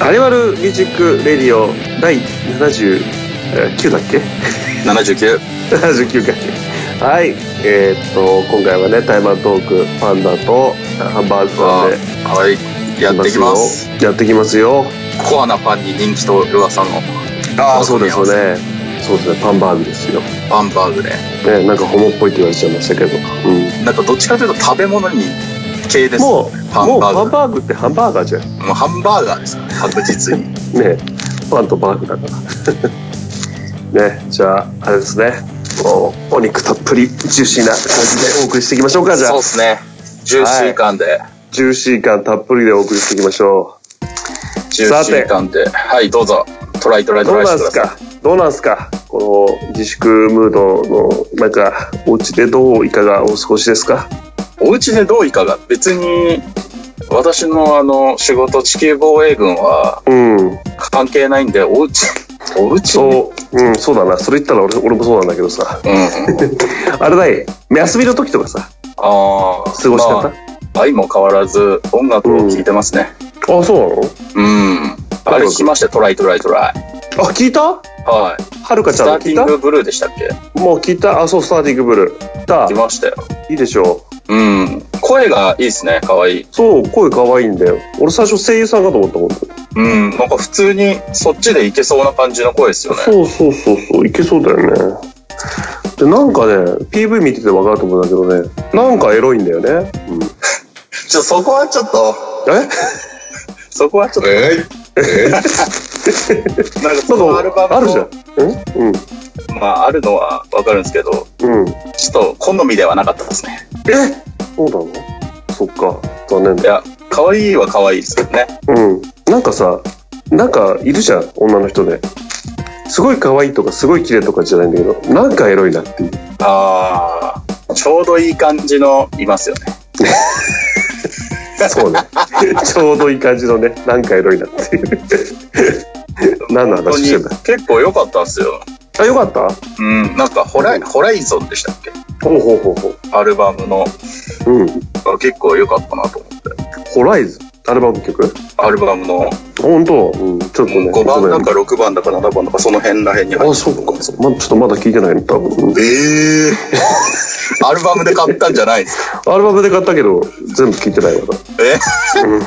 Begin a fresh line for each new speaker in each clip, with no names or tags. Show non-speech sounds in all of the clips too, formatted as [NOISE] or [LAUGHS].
アニマルミュージックレディオ第79だっけ
79
?79 かはい。えーっと、今回はね、台湾トーク、パンダとハンバーグさんで
はいやってきます
やってきますよ。
コアなファンに人気と噂の
ああ、そうですよね。そうですね、パンバーグですよ。
ハンバーグで
ね、なんかホモっぽいって言われちゃいましたけど。うん。
なんかどっちかというと食べ物に系です
もう、
ハ
も
ン
う
バ
ハ
ー
ン
グ
バーグってハンバーガーじゃん。
もうハンバーガーですからね確実に
ねパンとバーグだから。 [LAUGHS] ねじゃあ、あれですね。もうお肉たっぷりジューシーな感じでお送りしていきましょうか、じゃあ
そう。ですねジューシー感で、
ジューシー感たっぷりでお送りしていきましょ
ジューシー感ではいどうぞトライトラ
う。
イト
どう
ライ
な
し
ん
てく
す
ださい
かどうなんすかこの自粛ムードの中、お家でどういかがお過ごしですか
お家でどういかが別に私のあの仕事地球防衛軍は
うん。
関係ないんでお家お家に
そう、うん、そうだな。それ言ったら俺俺もそうなんだけどさ。
うん
あれだい、休みの時とかさ、
ああ
過ごし方、
まあ相も変わらず音楽を聴いてますね
あそうなの
うん、あれ聞きましたよトライトライトライ
あ、聞いた
はい
はるかち
ス
ゃ
タ
ん
ーテ
聞い
ィン
た
グブルーでしたっけ
もう聞いたあ、そう、スターティングブルー。聞いた
来ましたよ
いいでしょう。
うん声がいいですね可愛い
そう、声可愛いんだよ。俺最初声優さんかと思ったもん。
うんなんか普通にそっちでいけそうな感じの声ですよね [LAUGHS]
そうそうそうそういけそうだよねでなんかね PV 見てて分かると思うんだけどねなんかエロいんだよね、うん、
ちょそこはちょっと
え
そこはちょっと
え
[LAUGHS] なんか
な
その
ん
アルバ
かあ
ムの
るじゃんうん
まああるのはわかるんですけど
うんうん
ちょっと好みではなかったですね
えそうなのそっか残念
い
だ
や可愛いは可愛いですけどね
うんなんかさなんかいるじゃん女の人ですごい可愛いとかすごい綺麗とかじゃないんだけどなんかエロいなっていう
ああちょうどいい感じのいますよね
そう
[LAUGHS]
ねちょうどいい感じのねなんかエロいなっていう
[LAUGHS]
何の
本当
話
に
してんだ
結構良かったんですよ
あよかった
うんなんかホライホライゾンでしたっけ
ほうほうほうほ
アルバムの
ううん
が結構良かったなと思って
ホライズアルバム曲
アルバムの
本当、うん、ちょっとね。
5番だ
か
か6番だか7番だかその辺ら辺に入ってる
あ、そうか。ま、ちょっとまだ聞いてないの、多分。
ええ [LAUGHS] アルバムで買ったんじゃないんですか
アルバムで買ったけど、全部聞いてないか
え
ら。うん、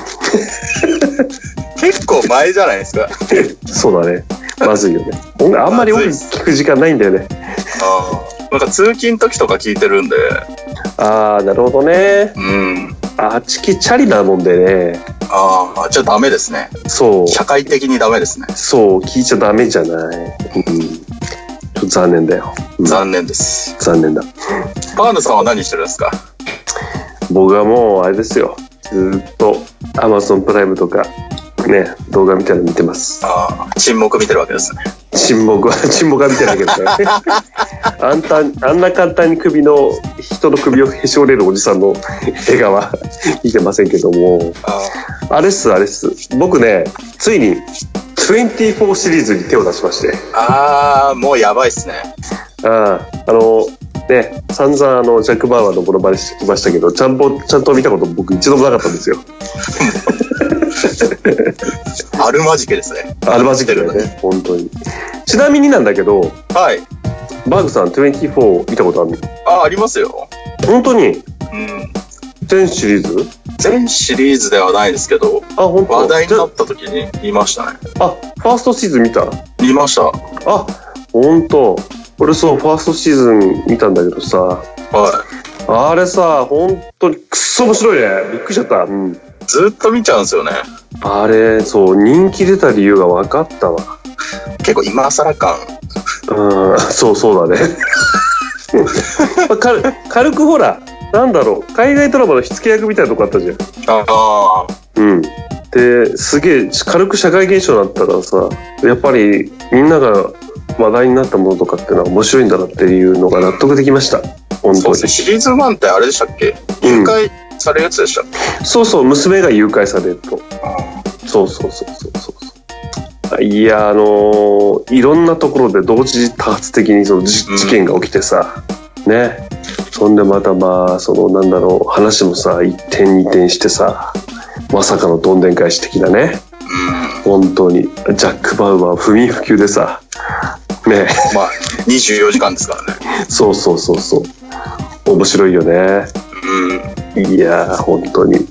[LAUGHS] 結構前じゃないですか
そうだね。まずい [LAUGHS] よね。音楽、あんまり音楽聞く時間ないんだよね。
ああなんか通勤時とか聞いてるんで
あー、なるほどね。
うん
あっちきチャリなもんでね。
ああじゃあダメですね
そう。
社会的にダメですね
そう、聞いちゃダメじゃない。うん。ちょっと残念だよ。うん
残念です
残念だ。
パーヌさんは何してるんですか
僕はもう、あれですよ。ずーっと、アマゾンプライムとか、ね、動画みたいなの見てます。
ああ沈黙見てるわけですね
沈黙は [LAUGHS] 沈黙は見て
[LAUGHS]
ないけどねあんたあんな簡単に首の人の首をへし折れるおじさんの映画は見てませんけども
あ
あれっすあれっす僕ねついに24シリーズに手を出しまして
ああもうやばいっすね
あああのね散々あのジャック・バーワーのものまねしてきましたけどちゃんとちゃんと見たこと僕一度もなかったんですよ
あるまじけですね
あるまじきだよね本当にちなみになんだけど
はい
バーグさん24見たことあるの
ああありますよ
本当に
うん
全シリーズ
全シリーズではないですけど
あ本当
話題になった時に見ましたね
あ、ファーストシーズン見た
見ました
あ、ほんと。俺そう、ファーストシーズン見たんだけどさ、
は
あれさ、ほんとにくっそ面白いね。びっくりしちゃった。うん。
いずっと見ちゃうんですよね
あれ、そう、人気出た理由が分かったわ。
結構今更感
うん、 [LAUGHS] そうそうだね。まあ軽軽くほら、なんだろう、海外ドラマの火付け役みたいなとこあったじゃん。
ああ
うん。で、すげえ、軽く社会現象だったからさ、やっぱりみんなが話題になったものとかってのは面白いんだなっていうのが納得できました。本
そう
当
ですね。シリーズ1ってあれでしたっけ
に。う
一
ん
回されるやつでしたっけ、
そうそう、娘が誘拐されると。
あ
そうそうそうそうそうそう。いや、あのーいろんなところで同時多発的にそのじ
うん
事件が起きてさ、ね。そんでまたまあ、そのなんだろう、話もさ、一転二転してさ、まさかのどんでん返し的なね。
ーうん。
本当に。ジャック・バウアー不眠不休でさ、ね。
まあ、24時間ですからね。
そうそうそうそう。面白いよね。
うん。
いやー、本当に。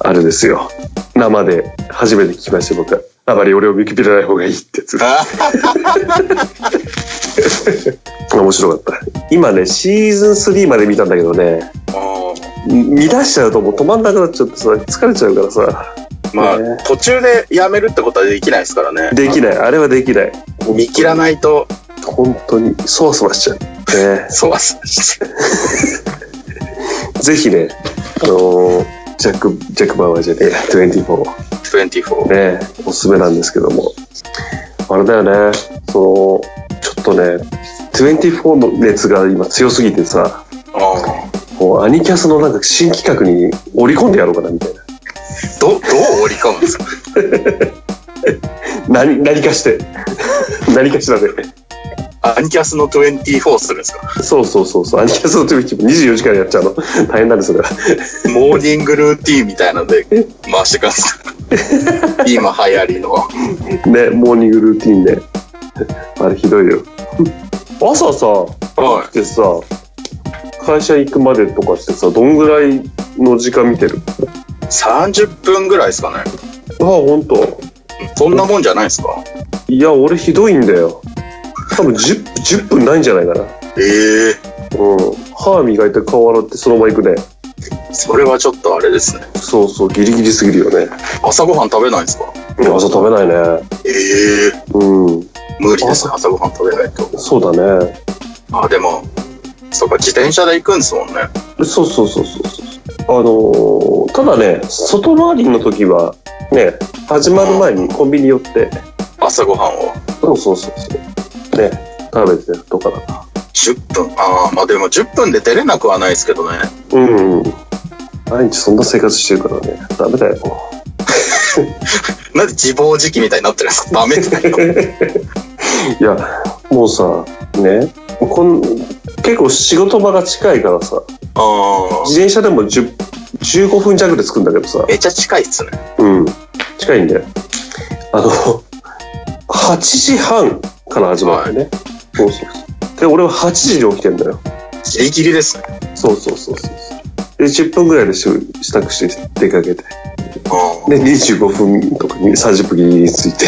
あれですよ。生で初めて聞きました、僕は。あまり俺を見くびらない方がいいってやつ。面白かった。今ね、シーズン3まで見たんだけどね、
あ
見出しちゃうともう止まんなくなっちゃってさ、疲れちゃうからさ、
ーまあ、
ね
途中でやめるってことはできないですからね。
できない。あれはできない。
見切ら
い。
ないと、
本当に、そわそわしちゃう。ね、
そわそわして。
ぜひね、あのージャック、ジャックバウアーじゃねえや、24。
24。
ね、おすすめなんですけども。あれだよね、その、ちょっとね、24の熱が今強すぎてさ、
あー
もうアニキャスのなんか新企画に織り込んでやろうかなみたいな。
ど、どう折り込むんですか
何、何かして。 [LAUGHS] 何かしらで。
[LAUGHS] アニキャスの24するんですか
そうそうそうそう、アニキャスの時も24時間やっちゃうの。 [LAUGHS] 大変なんです、それは。
モーニングルーティーンみたいなので回してくださ [LAUGHS] い。今流行りの。
ね、モーニングルーティンで。 [LAUGHS] あれひどいよ。朝さ、
は
でさ、会社行くまでとかしてさ、どんぐらいの時間見てる
い。30分ぐらいですかね。
ああ、ほんと。
そんなもんじゃないですか
いや、俺ひどいんだよ。多分 10, 10分ないんじゃないかな。うん。
ええ
歯磨いて顔洗ってそのまま行くね。
それはちょっとあれですね。
そうそう、ギリギリすぎるよね。
朝ごはん食べないんですか
朝食べないね。
ええ
うん。
無理ですね。朝ごはん食べないと。
そうだね。
あ、でも、そうか、自転車で行くんですもんね。
そうそうそうそうそう。あのーただね、外回りの時は、ね、始まる前にコンビニ寄って、
朝ごはんを。
そうそうそうそう。ね、食べてるとかだな。
10分。ああ、まあでも10分で出れなくはないですけどね。
うん、うん。毎日そんな生活してるからね、ダメだよ。
なんで自暴自棄みたいになってるんです [LAUGHS] かダメだよ。
いや、もうさ、ね、こん結構仕事場が近いからさ、
ああ。
自転車でも10 15分弱で着くんだけどさ、
めっちゃ近いっすね。
うん、近いんだよ。あの、8時半から始まるんだよね。そうそうそう。で、俺は8時に起きてんだよ。
ギリギリですね。
そうそうそうそう。で、10分ぐらいでし支度して出かけて、
あ
で、25分とかに30分ギリギリに着いて、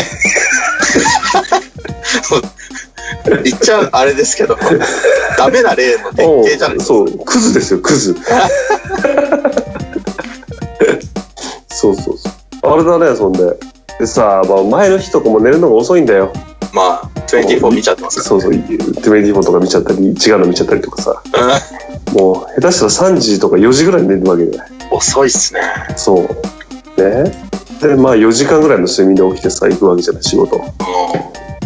あ。言っちゃう、あれです [LAUGHS] けど。ダメな例の典型じゃないですか。
そう、クズですよ、ク [LAUGHS] ズ。そうそうそう。あれだね、そんで。でさ、まあ、前の日とかも寝るのが遅いんだよ。
まあ、24見ちゃってます
そうそう、24とか見ちゃったり、違うの見ちゃったりとかさ。
から。
もう、下手したら3時とか4時ぐらいに寝るわけじゃない。
うん [LAUGHS] 遅いっすね。
そう。ね。で、まあ、4時間ぐらいの睡眠で起きてさ、行くわけじゃない、仕事。
うん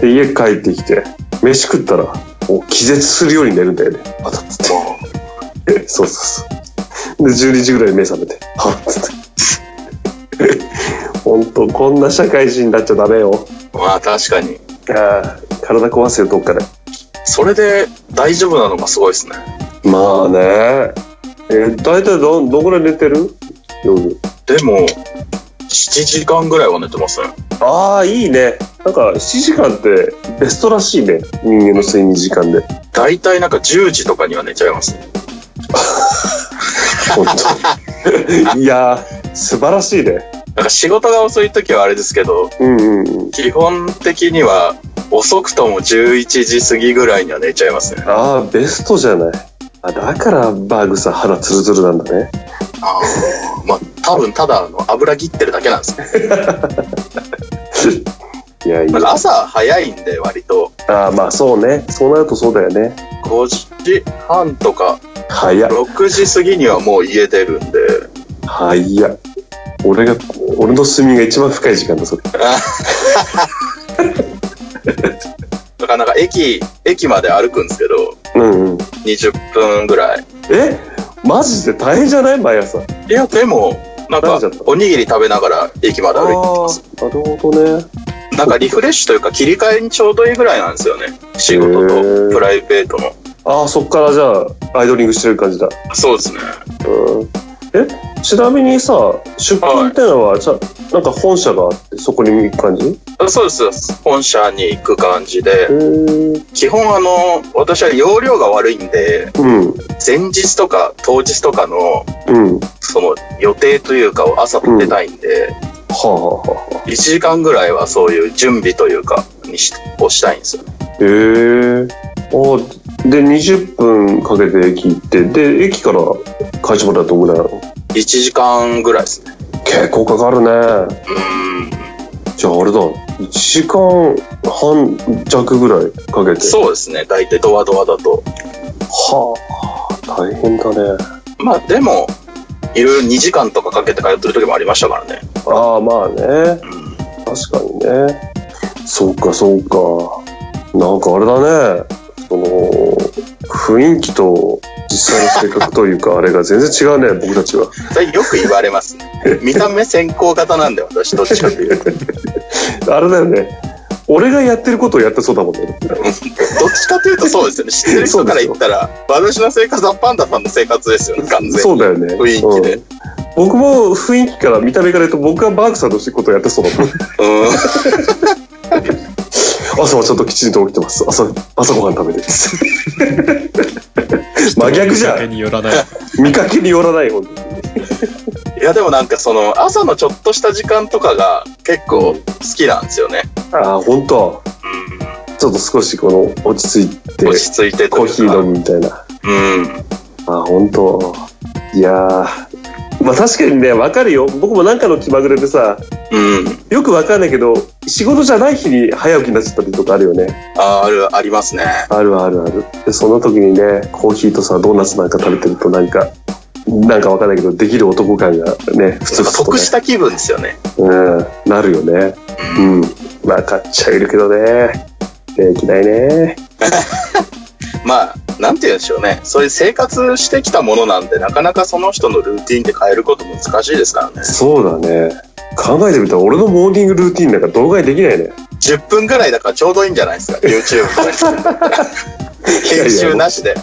で、家帰ってきて、飯食ったら、もう気絶するように寝るんだよね。あたっつって。そうそうそう。で、12時ぐらいに目覚めて、 [LAUGHS] はっつって。本当こんな社会人になっちゃダメよ。
うん。まあ確かに。
あー体壊せよ、どっかで。
それで大丈夫なのがすごいですね。
まあね。えー、大体ど、どんぐらい寝てる夜。
でも、7時間ぐらいは寝てますね。
ああ、いいね。なんか、7時間ってベストらしいね。人間の睡眠時間で。
大体なんか10時とかには寝ちゃいます。
本当 [LAUGHS] いやー、素晴らしいね。
なんか仕事が遅い時はあれですけど、
うんうんうん。
基本的には遅くとも11時過ぎぐらいには寝ちゃいますね。
ああ、ベストじゃない。あ、だからバーグさ、腹ツルツルなんだね。 [LAUGHS]
あーまあ多分ただあの油切ってるだけなんですね。
いやい
な
や
んか朝早いんで割と
あーまあそうねそうなるとそうだよね
5時半とか
早っ
6時過ぎにはもう家出るんで、
早っ俺が俺の睡眠が一番深い時間だそれ
だからなんか駅、駅まで歩くんですけど、
うんうん
20分ぐらい。
えマジで大変じゃない毎朝。
いや、でも、なんか
慣れちゃった、
おにぎり食べながら駅まで歩いてます。
あーなるほどね。
なんかリフレッシュというか切り替えにちょうどいいぐらいなんですよね。仕事
へー
とプライベートの。
ああ、そっからじゃあ、アイドリングしてる感じだ。
そうですね。
うんえちなみにさ、出勤ってのは、じゃなんか本社があって、そこに行く感じへ
あそうですそうです。本社に行く感じで
え。ー。
基本あの、私は容量が悪いんで、
うん。
前日とか当日とかの、
うん。は
その予定というかを朝立てたいんで、
あ、はあはあ、
1時間ぐらいはそういう準備というか、にし、をしたいんですよ。
へえー。あで、20分かけて駅行って、で、駅から会社まではどんぐらいなの
1時間ぐらいですね。
結構かかるね。
うーん。
じゃああれだ、1時間半弱ぐらいかけて。
そうですね。大体ドアドアだと。
はあ、大変だね。
まあでも、いろいろ2時間とかかけて通ってる時もありましたからね。
ああ、まあね。
うん。
確かにね。そうか、そうか。なんかあれだね。その、雰囲気と実際の性格というか、あれが全然違うね、僕たちは。
それよく言われます。見た目先行型なんで私どっちかというと。
あれだよね。俺がやってることをやってそうだもんね。
どっちかというとそう
[LAUGHS]
ですよね。知ってる人から言ったら、私の生活はパンダさんの生活ですよね、完全に。
そうだよね。
雰囲気で
うん僕も雰囲気から、見た目から言うと、僕がバークさんのことをやってそうだ
[LAUGHS]
もん。
うん。
朝はちょっときちんと起きてます。朝、朝ごはん食べ
[LAUGHS]
てます。真逆じゃ
人の見か
ん
けによらない。
見かけによらない、ほんとに。
いやでもなんかその朝のちょっとした時間とかが結構好きなんですよね。
ああ、ほんと。ちょっと少しこの、落ち着いて
うん。、落ち着いてと
コー
いう
ヒ
か
ー飲むみたいな。
うん。
あ、本当。いやー。まあ確かにね、わかるよ。僕もなんかの気まぐれでさ、
うん。
よくわかんないけど、仕事じゃない日に早起きになっちゃったりとかあるよね。
あある、ありますね。
あるあるある。で、その時にね、コーヒーとさ、ドーナツなんか食べてるとなんか、なんかわかんないけど、できる男感がね、普
ち
通
ょっと
と
得
ね
した気分ですよね。
うん、なるよね。うん。わかっちゃいるけどね。できないね。
まあ、なんて言うんでしょうね。そういう生活してきたものなんで、なかなかその人のルーティンで変えること難しいですからね。
そうだね。考えてみたら、俺のモーニングルーティンなんか動画にできないね。
10分ぐらいだからちょうどいいんじゃないですか、YouTube とかに。
いや
編集なしで。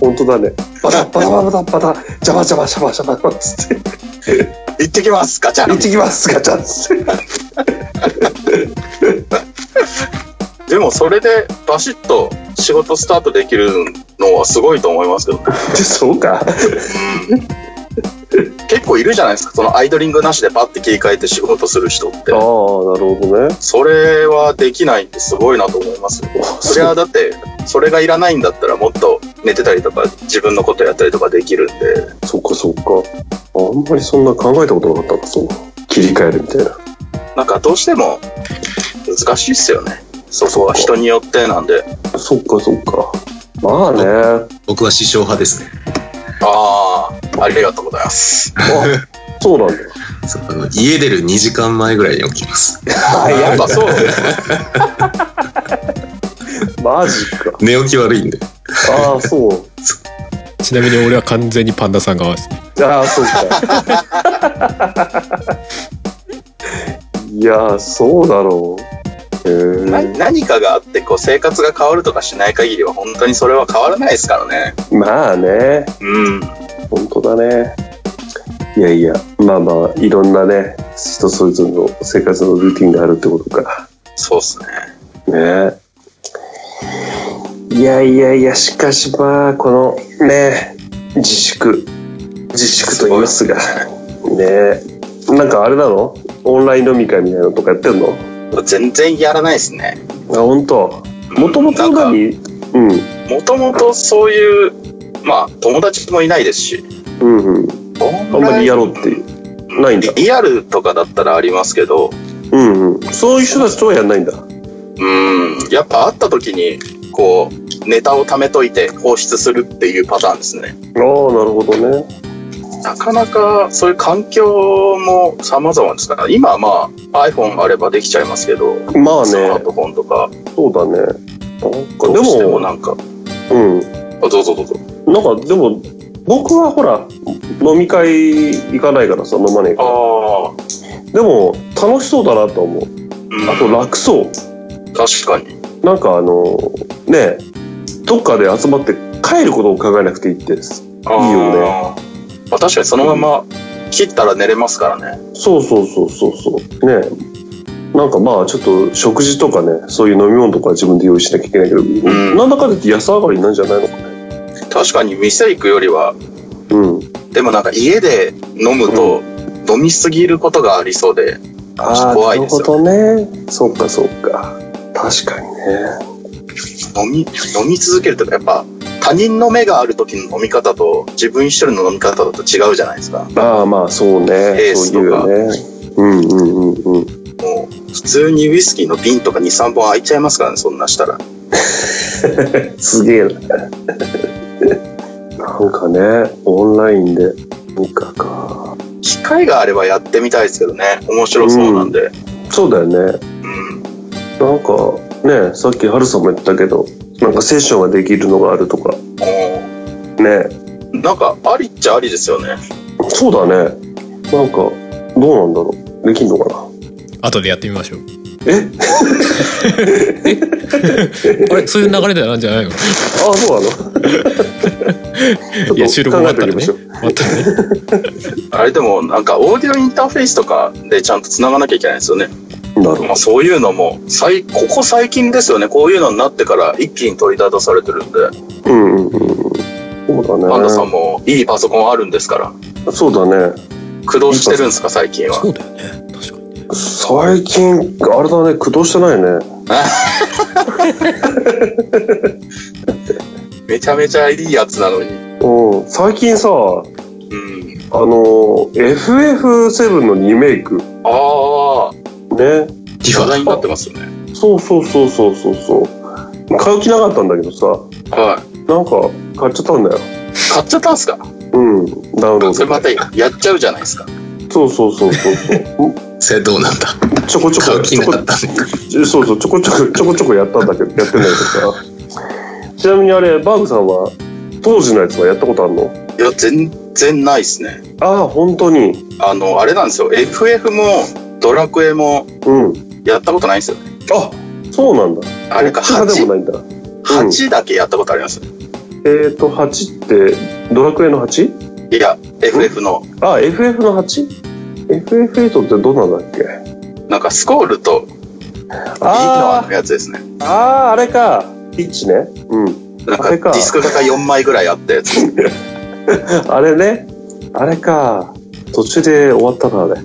本当だね。バタバタバタバタ、ジャバジャバシャバシャバつって、
行ってきます、ガチャ
行っ
ン
てきます、ガチャンつって。
でもそれでバシッと仕事スタートできるのはすごいと思いますけどね。
そうか。
結構いるじゃないですか、そのアイドリングなしでパッて切り替えて仕事する人って
ああ、なる。ほどね。
それはできないってすごいなと思いますよ。それはだって、それがいらないんだったらもっと寝てたりとか、自分のことやったりとかできるんで、
そっかそっか。あんまりそんな考えたことなかったな、その。切り替えるみたいな。
なんかどうしても難しいっすよね。そこは人によってなんで。
そっかそっか。まあね。
僕は師匠派ですね。
ああ、ありがとうございます。
あ、そうなんだ。
そうあの家出る2時間前ぐらいに起きます。
あ
やっぱそう
マジか。
寝起き悪いんで。
ああ、そう。
ちなみに俺は完全にパンダさん側ですね。
ああ、そうか。いやー、そうだろう。へ
な
え。
何かがあってこう生活が変わるとかしない限りは本当にそれは変わらないですからね。
まあね。
うん。
本当だね。いやいや、まあまあ、いろんなね、人それぞれの生活のルーティンがあるってことか。
そうっすね。
ねいやいやいや、しかしまあ、このね、自粛、自粛と言いますが、ねなんかあれなのオンライン飲み会みたいなのとかやってんの
全然やらないですね。
あ、本当もともと何うん、
もともとそういう、まあ友達もいないですし。
うん、うん。あんまりやろうっていう。ないんだ
リリアルとかだったらありますけど、
うんうん。そういう人たちとはやんないんだ。
うん、やっぱ会った時に、こう、ネタを貯めといて放出するっていうパターンですね。
ああ、なるほどね。
なかなかそういう環境も様々ですから、今はまあ iPhone があればできちゃいますけど、
まあ
スマ
ね
ー。トフォンとか、
そうだね。なんかで
どうしても
も、
なんか、
うん。
あどうぞどうぞ。
なんかでも僕はほら飲み会行かないからさ飲まねえから
ああ、
でも楽しそうだなと思う
うん、
あと楽そう
確かに。
なんかあのねえどっかで集まって帰ることを考えなくていいってです
あー
いいよ
まあ、確かにそのまま切ったら寝れますからね。
そうそうそうそうそうねえなんかまあちょっと食事とかねそういう飲み物とかは自分で用意しなきゃいけないけど、
ん
なんだかんだ言って安上がりなんじゃないのか
確かに店行くよりは、
うん
でもなんか家で飲むと、飲みすぎることがありそうで、
ああ
怖
ないる
で
ほ
す
ど
よ
ねそっかそっか確かにね
飲み、飲み続けるとかやっぱ、他人の目がある時の飲み方と自分一人の飲み方だと違うじゃないですか。
ああまあそうね
ース
そういうよねうんうんうんうん
もう普通にウイスキーの瓶とか2、3本開いちゃいますからね、そんなしたら。
すげえ [LAUGHS] ななんかねオンラインでなんかか
機会があればやってみたいですけどね。面白そうなんで。
そうだよね
うん。
なんかねさっきハルさんも言ったけどなんかセッションができるのがあるとか
も
ね
うなんか、ありっちゃありですよね。
そうだねなんかどうなんだろうできんのかな
後でやってみましょう。
え
[LAUGHS] あれそういう流れではなんじゃないの
あそうなの
いや、収録終わったら
考
ね。
えておきましょう
終わったらね。
あれでも、なんか、オーディオインターフェースとかでちゃんと繋がなきゃいけないですよね。
なるほ
まあ、そういうのも、最、ここ最近ですよね。こういうのになってから一気に取り立たされてるんで。
ど。うんうんうんうん。そう
パンダさ
だ
んも、いいパソコンあるんですから。
ね。そうだね。
駆動してるんですか、最近は。
そうだよね。確かに。
最近、あれだね、駆動してないね。
めちゃめちゃいいやつなのに。
うん。最近さ、あの
うん。
ー、FF7 のリメイク。
ああ、
ね。
ィフ
話題
ァ
になってますよね。
そうそうそうそうそうそう。買う気なかったんだけどさ、
はい。
なんか買っちゃったんだよ。
買っちゃったんすか
うん。ダウンロー
それ
ド
またやっちゃうじゃないですか。
そうそうそうそうそう。ん
それどうなんだ
ちょこちょ
買
こ、
う気
ちょ
な
こ
かったね。
そうそう、ちょこちょこ、ちょこちょこやったんだけど、やってんだけどさ。ちなみにあれ、バーグさんは、当時のやつはやったことあるの
いや、全然ないっすね。
ああ、本当に。
あの、あれなんですよ。FF も、ドラクエも、
うん。
やったことないんですよ。
あそうなんだ。
あれか、
どっち派でもな
8。
いんだ。うん
8だけやったことあります。
えっ、ー、と、8って、ドラクエの 8?
いや、FF の、
あ、FF の 8?FF8 ってどんなんだっけ
なんか、スコールと、ビーノアのやつですね。
ああー、あれか。ピッチね。うん。
な
あ
んか、
れ
デ
か
ィスクが4枚ぐらいあったやつ。
あれね。あれか。途中で終わったな、あれ。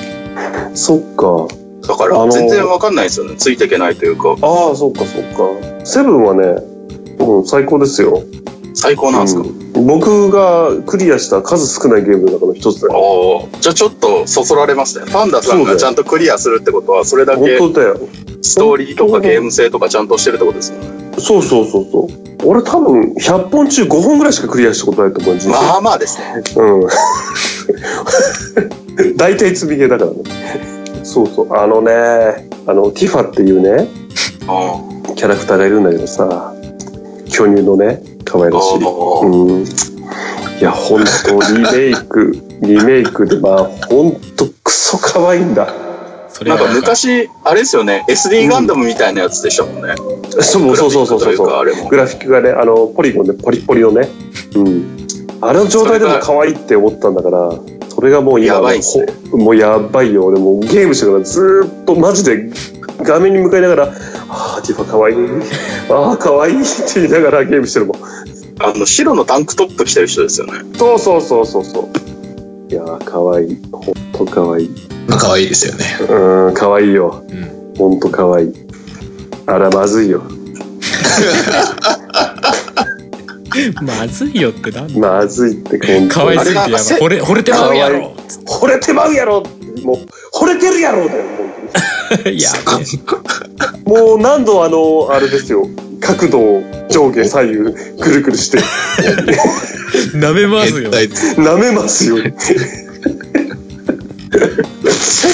[LAUGHS] そっか。
だか
あのー
ら、全然わかんないですよね。ついていけないというか、
ああ、そっかそっか。セブンはね、うん、最高ですよ。
最高なんですか。
うん僕がクリアした数少ないゲームの中の一つだよ。
おーじゃあちょっとそそられますね。パンダさんがちゃんとクリアするってことは、それだけ
本当だよ。
ストーリーとかゲーム性とかちゃんとしてるってことですもんね。
そうそうそうそう。俺多分100本中5本ぐらいしかクリアしたことないと思う、人生
まあまあですね。
うん。 [LAUGHS] 大体積みゲーだからね。そうそう。あのね、あの、ティファっていうね、
うん。
キャラクターがいるんだけどさ、巨乳のね、可愛らしい。
おー
うん。いや、ほんと、リメイク、リメイクで、まあ、ほんと、クソ可愛いんだ。
それ
なん
が
か昔、あれですよね、SD ガンダムみたいなやつでしたもんね。
[LAUGHS] そうそうそうそうそう
グラフィックというかあれも
グラフィックがね、あの、ポリゴンでポリポリのね。うん。あれの状態でも可愛いって思ったんだから、それがもう今、
やばいっすね
ほもうやばいよ。俺もうゲームしてからずーっとマジで画面に向かいながら、あー、ティファ可愛い。あー、可愛いって言いながらゲームしてるもん。
あの、白のタンクトップ着てる人ですよね。
そうそうそうそうそう。いやー、可愛い。ほんと可愛い。
まあ可愛いですよね。
うーん、可愛いよ。
うん
ほんと可愛い。あら、まずいよ。
まずいよってなんだ
まずいって、
[LAUGHS]
ほんと
かわいすぎてや
あれ
ばい
が
惚れ惚れてまうやろ
惚れてまうやろもう、惚れてるやろだよ、
いや
もう。もう何度あの、あれですよ、角度を上下左右ぐるぐるして、
なめますよ
変態です
舐めますよ。
セ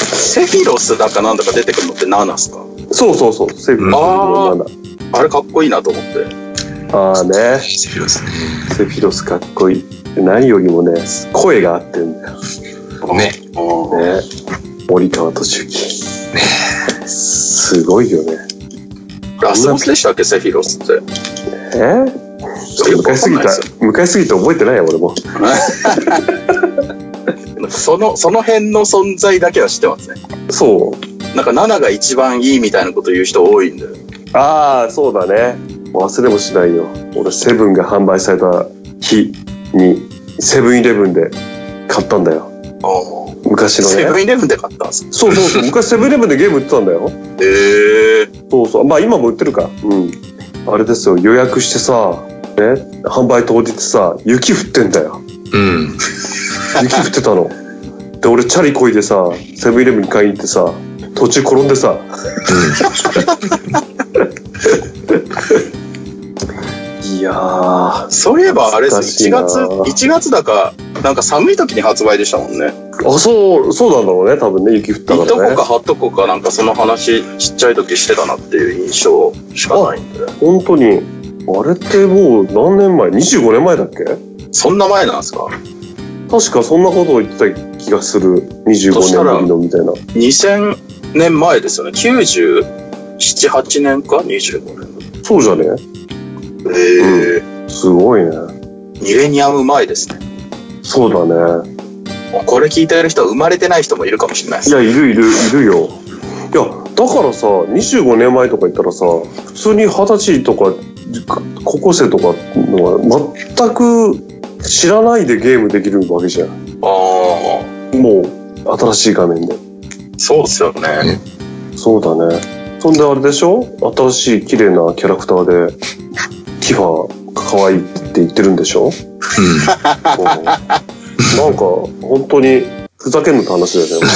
セフィロスだかなんだか出てくるのって何なんすか
そうそうそう、セブン
うん
の7。
あれかっこいいなと思って。
ああね
セフィロスね。
セフィロスかっこいい何よりもね声が合ってんだよ
ね。
ね森川敏之すごいよね
ラスボスでしたっけ、セフィロスって。
え昔すぎた昔すぎて覚えてないよ俺も
なんかその、その辺の存在だけは知ってますね。
そう
なんか7が一番いいみたいなこと言う人多いんで。
ああそうだね忘れもしないよ俺セブンが販売された日にセブンイレブンで買ったんだよ昔の
セブ
ね
ンイレブンで買ったんですか
そうそうそう昔セブンイレブンでゲーム売ってたんだよ
へえ。
そうそう。まあ今も売ってるか。うん。あれですよ、予約してさ、ね、販売当日さ、雪降ってんだよ。
うん。
雪降ってたの。で、俺チャリこいでさ、セブンイレブンに買いに行ってさ、途中転んでさ、いやー、
そういえばあれですね、1
懐かし
月、
いな
1月だか、なんか寒い時に発売でしたもんね。
あ、そう、そうなんだろうね、多分ね、雪降った
い
か
と
ら
こ
ね
か。はっとこかなんかその話ちっちゃい時してたなっていう印象しかないんで。
本当に、あれってもう何年前 ?25 年前だっけ
そんな前なんですか
確かそんなことを言ってた気がする。25
そしたら
年ぶりのみたいな。
?2000 年前ですよね。97、8年か ?25 年。
そうじゃね
ええ
すごいね。
ミレニアム前ですね。
そうだね。
これ聞いてる人は生まれてない人もいるかもしれないで
い
す。
や、いるいる、いるよ。いや、だからさ、25年前とか言ったらさ、普通に二十歳とか、高校生とかのは全く知らないでゲームできるわけじゃん。
ああ、
もう、新しい画面で。
そうですよね。
そうだね。そんであれでしょ新しい綺麗なキャラクターで、ティファ可愛いって言ってるんでしょうんなんか、本当に、ふざけんなって話だよ
[LAUGHS]
ね。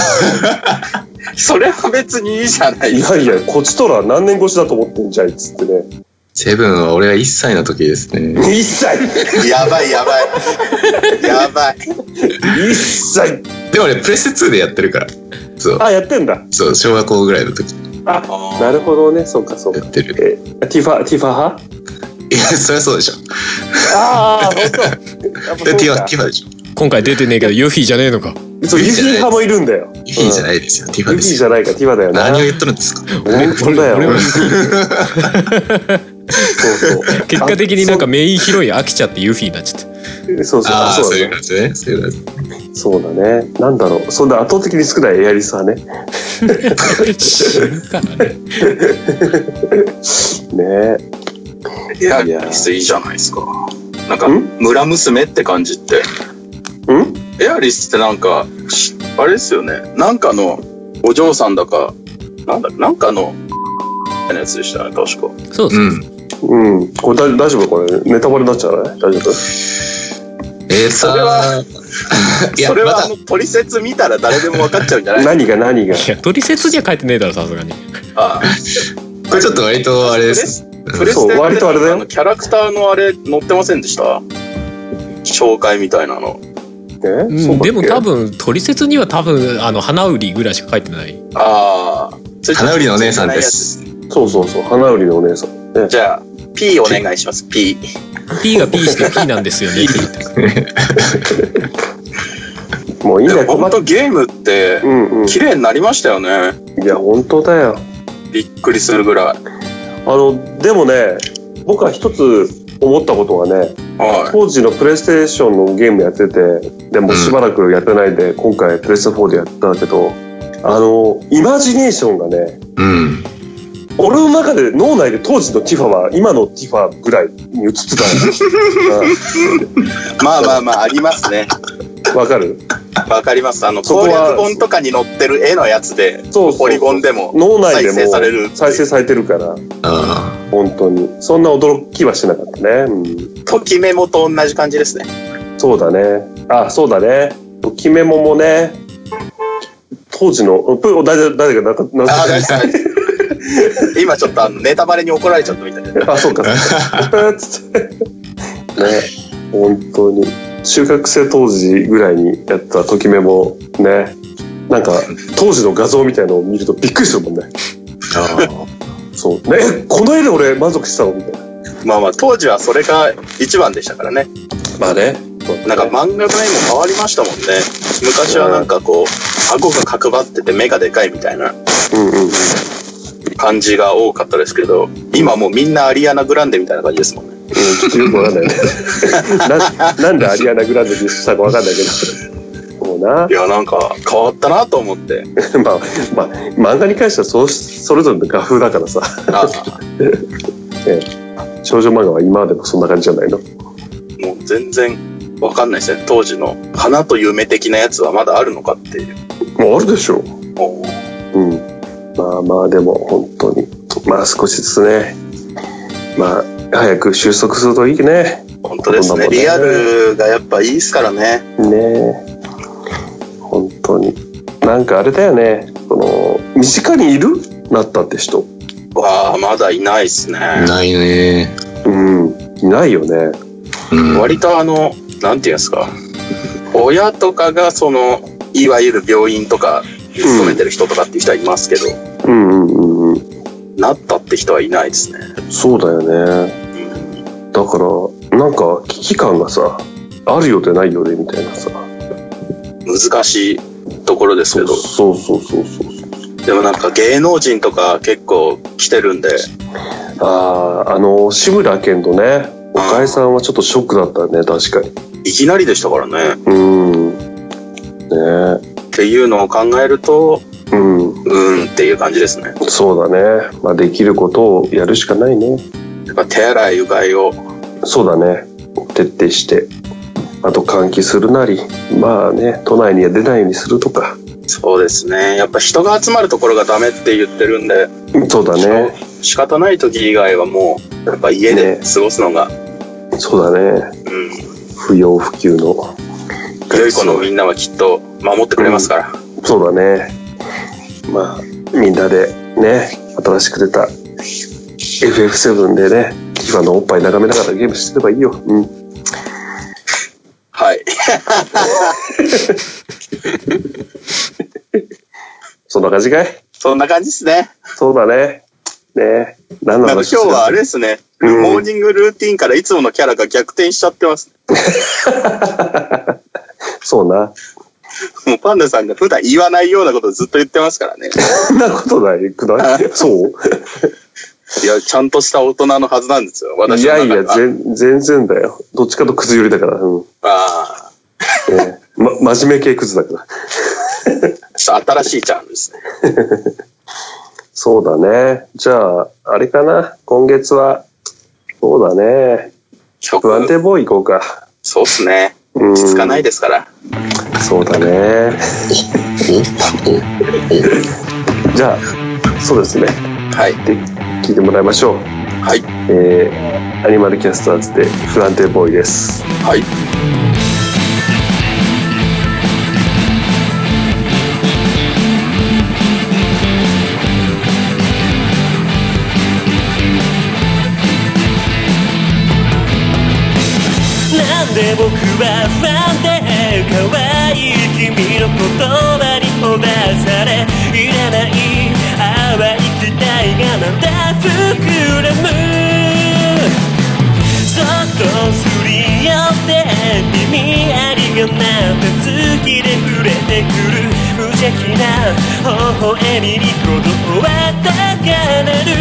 それは別にいいじゃない
い
です
や
か。
いや、こっちとら何年越しだと思ってんじゃいっつってね。
セブンは俺が1歳の時ですね。
一切
[LAUGHS] やばいやば [LAUGHS] い。やばい。
一切
でも俺プレステ2でやってるから。そう。
あ、やってんだ。
そう、小学校ぐらいの時
あ、
あ
なるほどね。そうか、そう
や
か。
ってる。
え、ティファ、ティファ派
いや、そりゃそうでしょ。
ああ、ほんと。やっぱ
でティ
そう
フ
か
ァ、ティファでしょ。
今回出てねえけど、ユフィじゃねえのか。
そう、ユフィ派もいるんだよ。
ユフィじゃ
い。
ないですよ。ティ
ユ
フ
フ
ァ
ィ
です
じ
よ。
ゃないか、ティファだよな。
何を言っとるんですか
本当だ
俺
よ
も。
そうそう。
結果的になんかメインヒロイン飽きちゃってユフィになっちゃった。
そうそうそう。
ああ、
そ
そ
う
うい
だ
う
ね。
感じね。そういう感じ。
そうだね。なんだろう。そんな圧倒的に少ないエアリス派ね。
[LAUGHS] 死ぬからね。
ね
いや、いやエアリスいいじゃないですか。なんか、
ん
村娘って感じって。
うん
エアリスってなんか、しあれですよね。なんかのお嬢さんだか、なんだ、なんかの、のやつでしたね、確か。
そうそう。
うん。
うん。これだ大丈夫これ。ネタバレになっちゃうね。大丈夫
えー、
そ
そ
れ
れ
は
は、 [LAUGHS] いや、
それ
ま
は、あ
だ
の、トリセツ見たら誰でも分かっちゃうんじゃない
何が何が。
いや、トリセツじゃ書いてねえだろ、さすがに。
ああ
これちょっと割とあれ
プレ
です。
スプレス
そう
テ
割とあれだよ
のキャラクターのあれ載ってませんでした紹介みたいなの。
え
う
そうだっ
ん、
け
でも多分、トリセツには多分、あの、花売りぐらいしか書いてない。
ああ。
花売りのお姉さんで。す。
そうそうそう。花売りのお姉さん。ね。
じゃあ、P お願いします、P。
P が P して P なんです
[LAUGHS]
よねって言って。
もういい
い
ね、
や、
困
本
った。
当ゲームって、
うんうん。
綺麗になりましたよね。
いや、本当だよ。
びっくりするぐらい。
あの、でもね、僕は一つ思ったことがね、
は
当時のプレイステーションのゲームやってて、でもしばらくやってないで、今回プレステ4でやったけど、あの、イマジネーションがね、
うん。
俺の中で脳内で当時のティファは今のティファぐらいに映ってた
[LAUGHS]
よ
い。まあまあまあ、ありますね。
うんわかる
わかります。あの、
そこは
攻略本とかに載ってる絵のやつで、
そう
ポリゴン
で
でも
脳内
再
でも
生される。
再生されてるから、
あ
本当に。そんな驚きはしなかったね。うん
ときメモと同じ感じですね。
そうだね。あ、そうだね。ときメモもね。当時の、プー、誰だ、誰が、なんか、なん
あ
か
あ、大丈夫大丈夫今ちょっとあのネタバレに怒られちゃったみたいで。
あ、そう
[LAUGHS]
か、 [LAUGHS] そうか。つって。ね、本当に。中学生当時ぐらいにやったときメモ、ね。なんか、当時の画像みたいのを見るとびっくりするもんね。
あ。ああ。
そう。ね、えこの絵で俺満足したのみたいな。
まあまあ、当時はそれが一番でしたからね。
まあね。
なんか漫画の絵も変わりましたもんね。昔はなんかこう、顎が角張ってて目がでかいみたいな
うんうんうん。
感じが多かったですけど、今もうみんなアリアナ・グランデみたいな感じですもんね。。
うん、ちょっとよくわかんないね。ななんでアリアナ・グランデにしたかわかんないけど。もうない
や、なんか変わったなと思って。
まあ、まあ、漫画に関してはそうそれぞれの画風だからさ。
あ
少女漫画は今でもそんな感じじゃないの。
もう全然わかんないですね。当時の花と夢的なやつはまだあるのかっていう。
もうあるでしょ
もう
う。うん。まあまあ、でも本当に。まあ少しずつね。まあ、早く収束するといいね。
本当ですね。リアルがやっぱいいっすからね。
ねえ本当になんかあれだよねこの身近にいるなったって人
わあ、まだいないっすね。
ないね。
うんいないよね
うん。
割とあの、なんていうんですか、親とかがその、いわゆる病院とかに勤めてる人とかっていう人はいますけど、
うんうんうんうん
なったって人はいないですね。
そうだよね
うん
だからなんか危機感がさあるようでないようでみたいなさ
難しいところですけ
そう
ど、
そうそうそうそう
でもなんか芸能人とか結構来てるんで、
あああの志村けんのねおかえさんはちょっとショックだったね確かに
いきなりでしたからね。
うんね
っていうのを考えると、
えうん
うーんっていう感じですね。
そうだねまあできることをやるしかないね
やっぱ手洗い、うがいを、
そうだね徹底してあと換気するなりまあね都内には出ないようにするとか
そうですね。やっぱ人が集まるところがダメって言ってるんで、
そうだね
仕方ない時以外はもう、やっぱ家で過ごすのが、
そうだね
うん、
不要不急の
良い子のみんなはきっと守ってくれますから、
そうだねまあみんなでね新しく出た FF7 でね今のおっぱい眺めながらゲームしてればいいようん
はい
そんな感じかい
そんな感じですね
そうだねね何の
なんか今
話
日はあれですね、
うん
モーニングルーティンからいつものキャラが逆転しちゃってます
そうな
もうパンダさんが普段言わないようなことをずっと言ってますか
[LAUGHS]
らね
そんなことないくないそう
いやちゃんとした大人のはずなんですよ
い
私の
や
中
い
では
や、全全然だよ。どっちかとクズ寄りだから。うん。
あ
ええま、真面目系クズだから。
あちょっと新しいチャンルですね
そうだね。じゃあ、あれかな。今月は、そうだね。不安定ボーイ行こうか。
そうっすね
うん。
落ち着かないですから
そうだね。じゃあ、そうですね。
はい
で、聞いてもらいましょう。
はい
えー、アニマルキャスターズで不安定ボーイです。
はい
なんで僕は不安で可愛い君の言葉にほだされいらない淡い期待がなんだ膨らむそっとすり寄って耳ありがなんて好きで触れてくる無邪気な微笑みに鼓動は高鳴る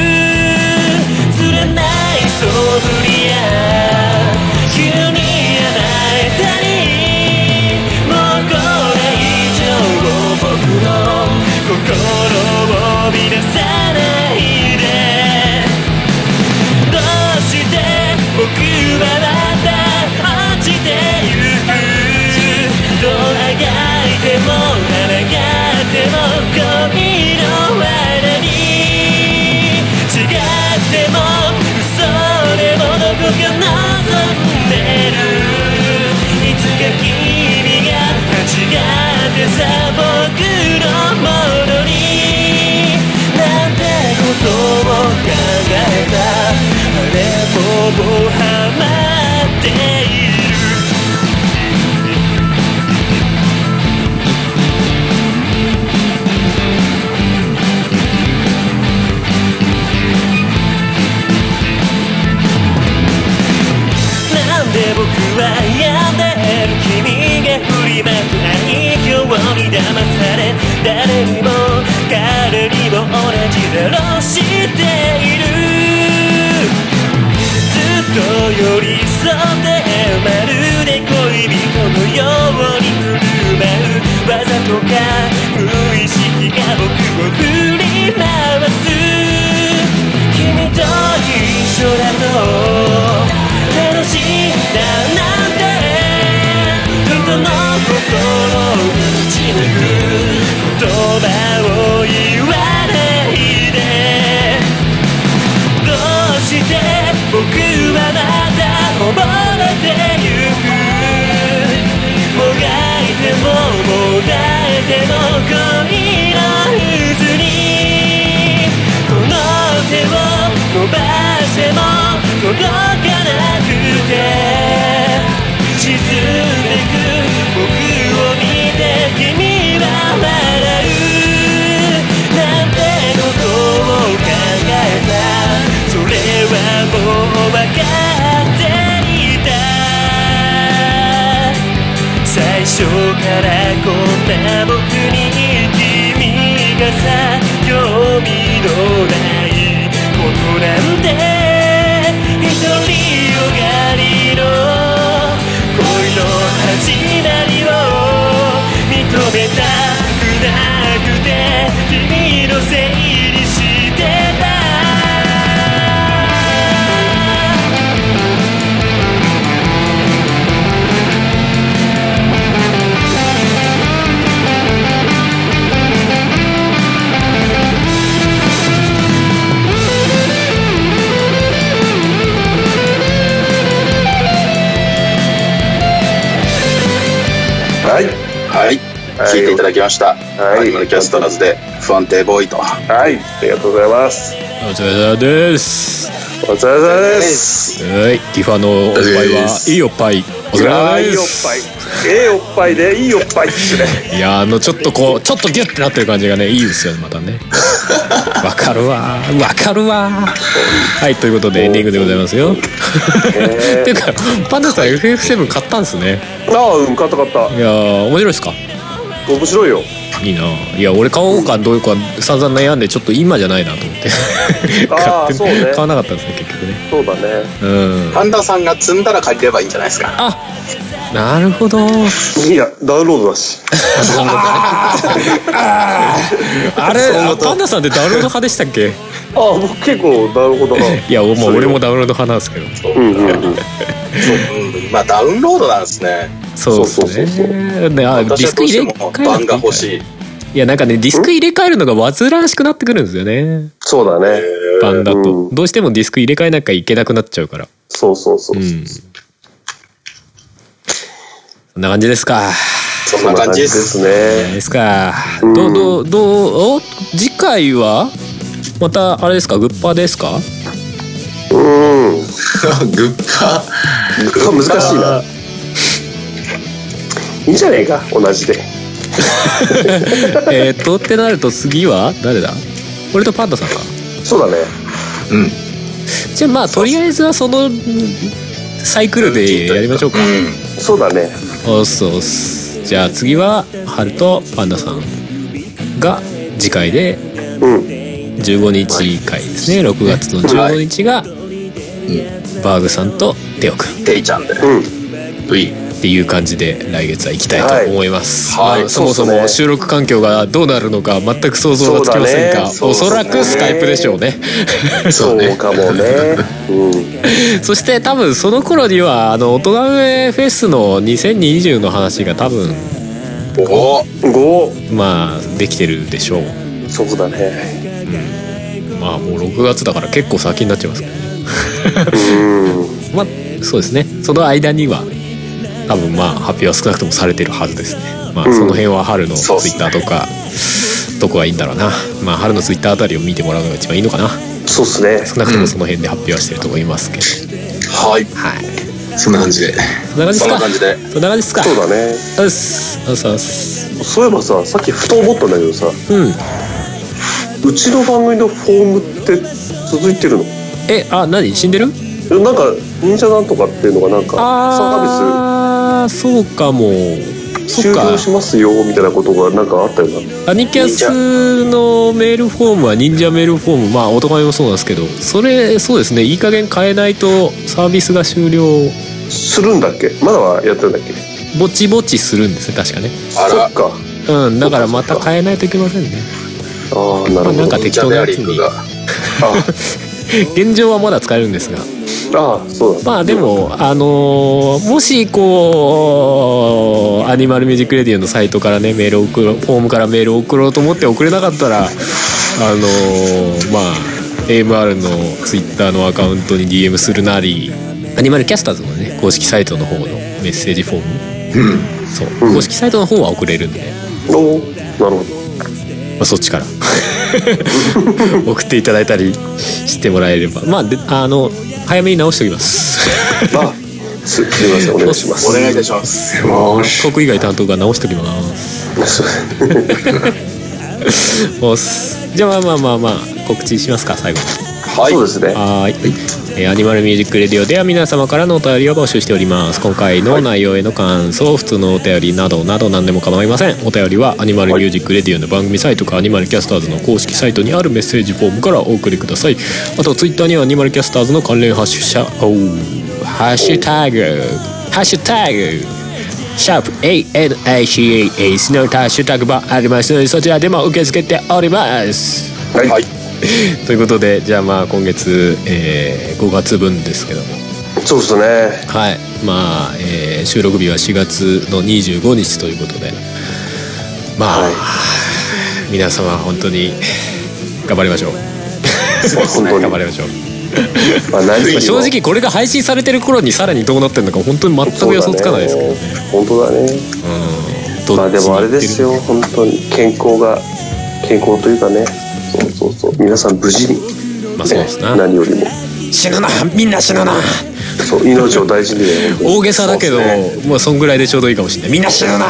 釣れないそぶりや急にあなたにもうこれ以上僕の心を乱さないでどうして僕はまた落ちてゆくどうあがいてもあらがっても恋の罠に違っても嘘でもどこか望んでるは病んでる君が振りまく愛嬌に騙され誰にも彼にも同じだろうしているずっと寄り添ってまるで恋人のように振る舞うわざとか無意識が僕を振り回す君と一緒だと楽しいんだなんて人の心を打ち抜く言葉を言わないでどうして僕はまだ溺れてゆくもがいてももだえても恋の渦にこの手を伸ばしても届かなくて沈んでく僕を見て君は笑うなんてことを考えたそれはもう分かっていた最初からこんな僕に君がさ興味のないことなんて一人よがりの恋の始まりを認めたくなくて君のせいにしてた
はい。
はい。聞いていただきました。
い
アニマルキャスターズで不安定ボーイと。
はい。ありがとうございます。
お疲れ様です
お疲れ様です。
す。
はいティファのおっぱいはいいおっぱいお疲れ様
い
で
いおっぱい
す。
ええおっぱいでいいおっぱいですね。
いやーあのちょっとこうちょっとギュッてなってる感じがねいいですよねまた
[LAUGHS]
ねわかるわーわかるわーはいということでエンディングでございますよ
え
[LAUGHS] っていうかパンダさん FF7 買ったんですね
ー、ああ、うん、買った買った。
いやー面白いですか
面白いよ。
いいないや俺買おうかどういうか散々悩んでちょっと今じゃないなと思って
あ
買
あ
って
そうね
買わなかったんですね結局ね
そうだね。
うん
パンダさんが積んだら借りればいいんじゃないですか。
あなるほど
いや、ダウンロードだし。
あれパンダさんってダウンロード派でしたっけ
ああ、僕結構ダウンロードだな。 [LAUGHS]
いやもう俺もダウンロード派なんですけど
うんうんうん。
うん、まあダウンロードなんですね。
そうです
そうそうそう
ねねあディ
私は
ス
ど
ク
うし
入
て
れ
も
替えなくて
版が
いいか
欲
ら
しい。
いやなんかねディスク入れ替えるのが煩わしくなってくるんですよね
そうだね。
版だと
うん
どうしてもディスク入れ替えなきゃいけなくなっちゃうから
そうそうそうう。
んそんな感じですか
そんな感じです。
そんな感じですね。
ですか。
うん
どうどうどうお次回はまたあれですかグッパーです
[LAUGHS]
か。
うん。
グッパ
[LAUGHS] 難しいな。いいんじゃねえか、同じで。
えーっとってなると次は誰だ。俺とパンダさんか。
そうだね。
うん
じゃあまあとりあえずはそのんサイクルでやりましょうか。
う
そうだね。
おっすおっす。じゃあ次はハルとパンダさんが次回で
うん。
15日回ですね。6月の15日が、バーグさんとテオくん。
ん。ていちゃんで。
うん。
うい
っていう感じで来月は行きたいと思います、
はい
まあ
はい
そもそ
そうっす
も
ね
収録環境がどうなるのか全く想像がつきませんが、
そ
お
うだね
そら
そう
く
っす
ス
ね
カイプでしょうね
そ
そう
ね
うかもね。う
[LAUGHS]
ん。
そして多分その頃にはあの大人上フェスの2020の話が多分
お
五。
まあできてるでしょう
そうだね。
まあもう6月だから結構先になっちゃいますけどね
[LAUGHS] うん。
まあそうですねその間には多分まあ発表は少なくともされてるはずですねまあ
うん
その辺は春のツ
そうっす
イ
ね
ッターとか、どこがいいんだろうなまあ春のツイッターあたりを見てもらうのが一番いいのかな
そうっすね。
少なくともその辺で発表はしてると思いますけど、
はい。
はい
そんな感じで
そんな感じです
そんな
か
感じで。
そんな感じですか
そうだね。
うっすうっすうっす
そういえばさ、さっきふと思ったんだけどさ、
うん
うちの番組のフォームって続いてるの
えあ何死んでる
なんか忍者なんとかっていうのがなんかサー
ああそうかも
ビス
そ
終
っか
了しますよみたいなことがなんかあったような
アニキャスのメールフォームは忍者メールフォームまあ男前もそうなんですけどそれそうですねいい加減変えないとサービスが終了
するんだっけまだはやってるんだっけ
ぼちぼちするんですね確かね
あ
そ
ら
っか
うんだからまた変えないといけませんね
ああ
ま
なる
あな
ほ
ん
ど
か
忍
適
者
当な
ベア
や
リ
つ
ング
に
が
現状はまだ使えるんですが
ああそうだ
まあでもあのーもしこうアニマルミュージックレディオのサイトからねメールを送ろうフォームからメールを送ろうと思って送れなかったらあのーまあ AMR のツイッターのアカウントに DM するなりアニマルキャスターズのね公式サイトの方のメッセージフォームそう
うん
公式サイトの方は送れるんで、
おーなるほど
まあ、そっちから [LAUGHS] 送っていただいたりしてもらえればまあであの早めに直しておきます
あすすみませんお願いします
お願いいたします。
よー
[LAUGHS]
し。
国以外担当が直しておきます。おっすじゃあまあまあまあまあ告知しますか最後
はい
そうですね
はーい、えーアニマルミュージックレディオでは皆様からのお便りを募集しております今回の内容への感想、普通のお便りなどなど何でも構いませんお便りはアニマルミュージックレディオの番組サイトかアニマルキャスターズの公式サイトにあるメッセージフォームからお送りくださいあとツイッターにはアニマルキャスターズの関連ハッシュタグハッシュタグハッシュタグシャープ ANICAS のハッシュタグもありますのでそちらでも受け付けております
はい、
はい。
[LAUGHS] ということでじゃあまあ今月、えー5月分ですけども
そうですね
はいまあ、えー収録日は4月の25日ということでまあ、
はい
皆様本当に頑張りましょう
本当
[LAUGHS]
に
頑張りましょう、
まあ何より
ま
も
あ正直これが配信されてる頃にさらにどうなってるのか本当に全く予想つかないですけどね
そうだね本当だね
どっち
まあでもあれですよ
に行っ
本当に健康が健康というかねそうそうそう皆さん無事に、
てるまあそうですな
何よりも
死ぬなみんな死ぬな
そう命を大事にね本当に
大げさだけど、
そうですね
まあそんぐらいでちょうどいいかもしれないみんな死ぬな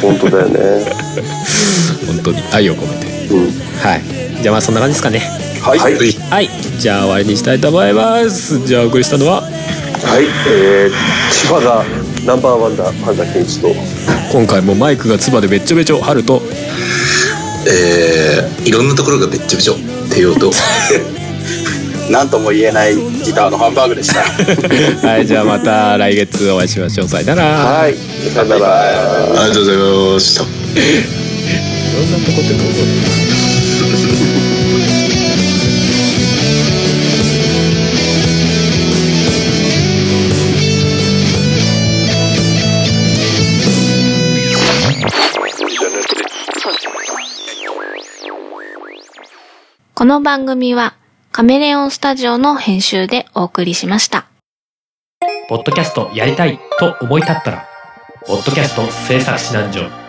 本当だよね
本当に愛を込めて
うん
はいじゃあまあそんな感じですかね
はい。
はい
はい。
はいじゃあ終わりにしたいと思いますじゃあお送りしたのは
はいえー、千葉がナンバーワンだパンダケンチと
今回もマイクがつばでべっちょべちょ春と
えー、いろんなところがべっちょべちょっていう音。
なんとも言えないギターのハンバーグ
[LAUGHS]
でした。
[LAUGHS] はいじゃあまた来月お会いしましょうさよなら
はいさよなら
ありがとうございました。
いろんなとこってどこ
この番組はカメレオンスタジオの編集でお送りしました。
ポッドキャストやりたいと思い立ったら、ポッドキャスト制作指南所。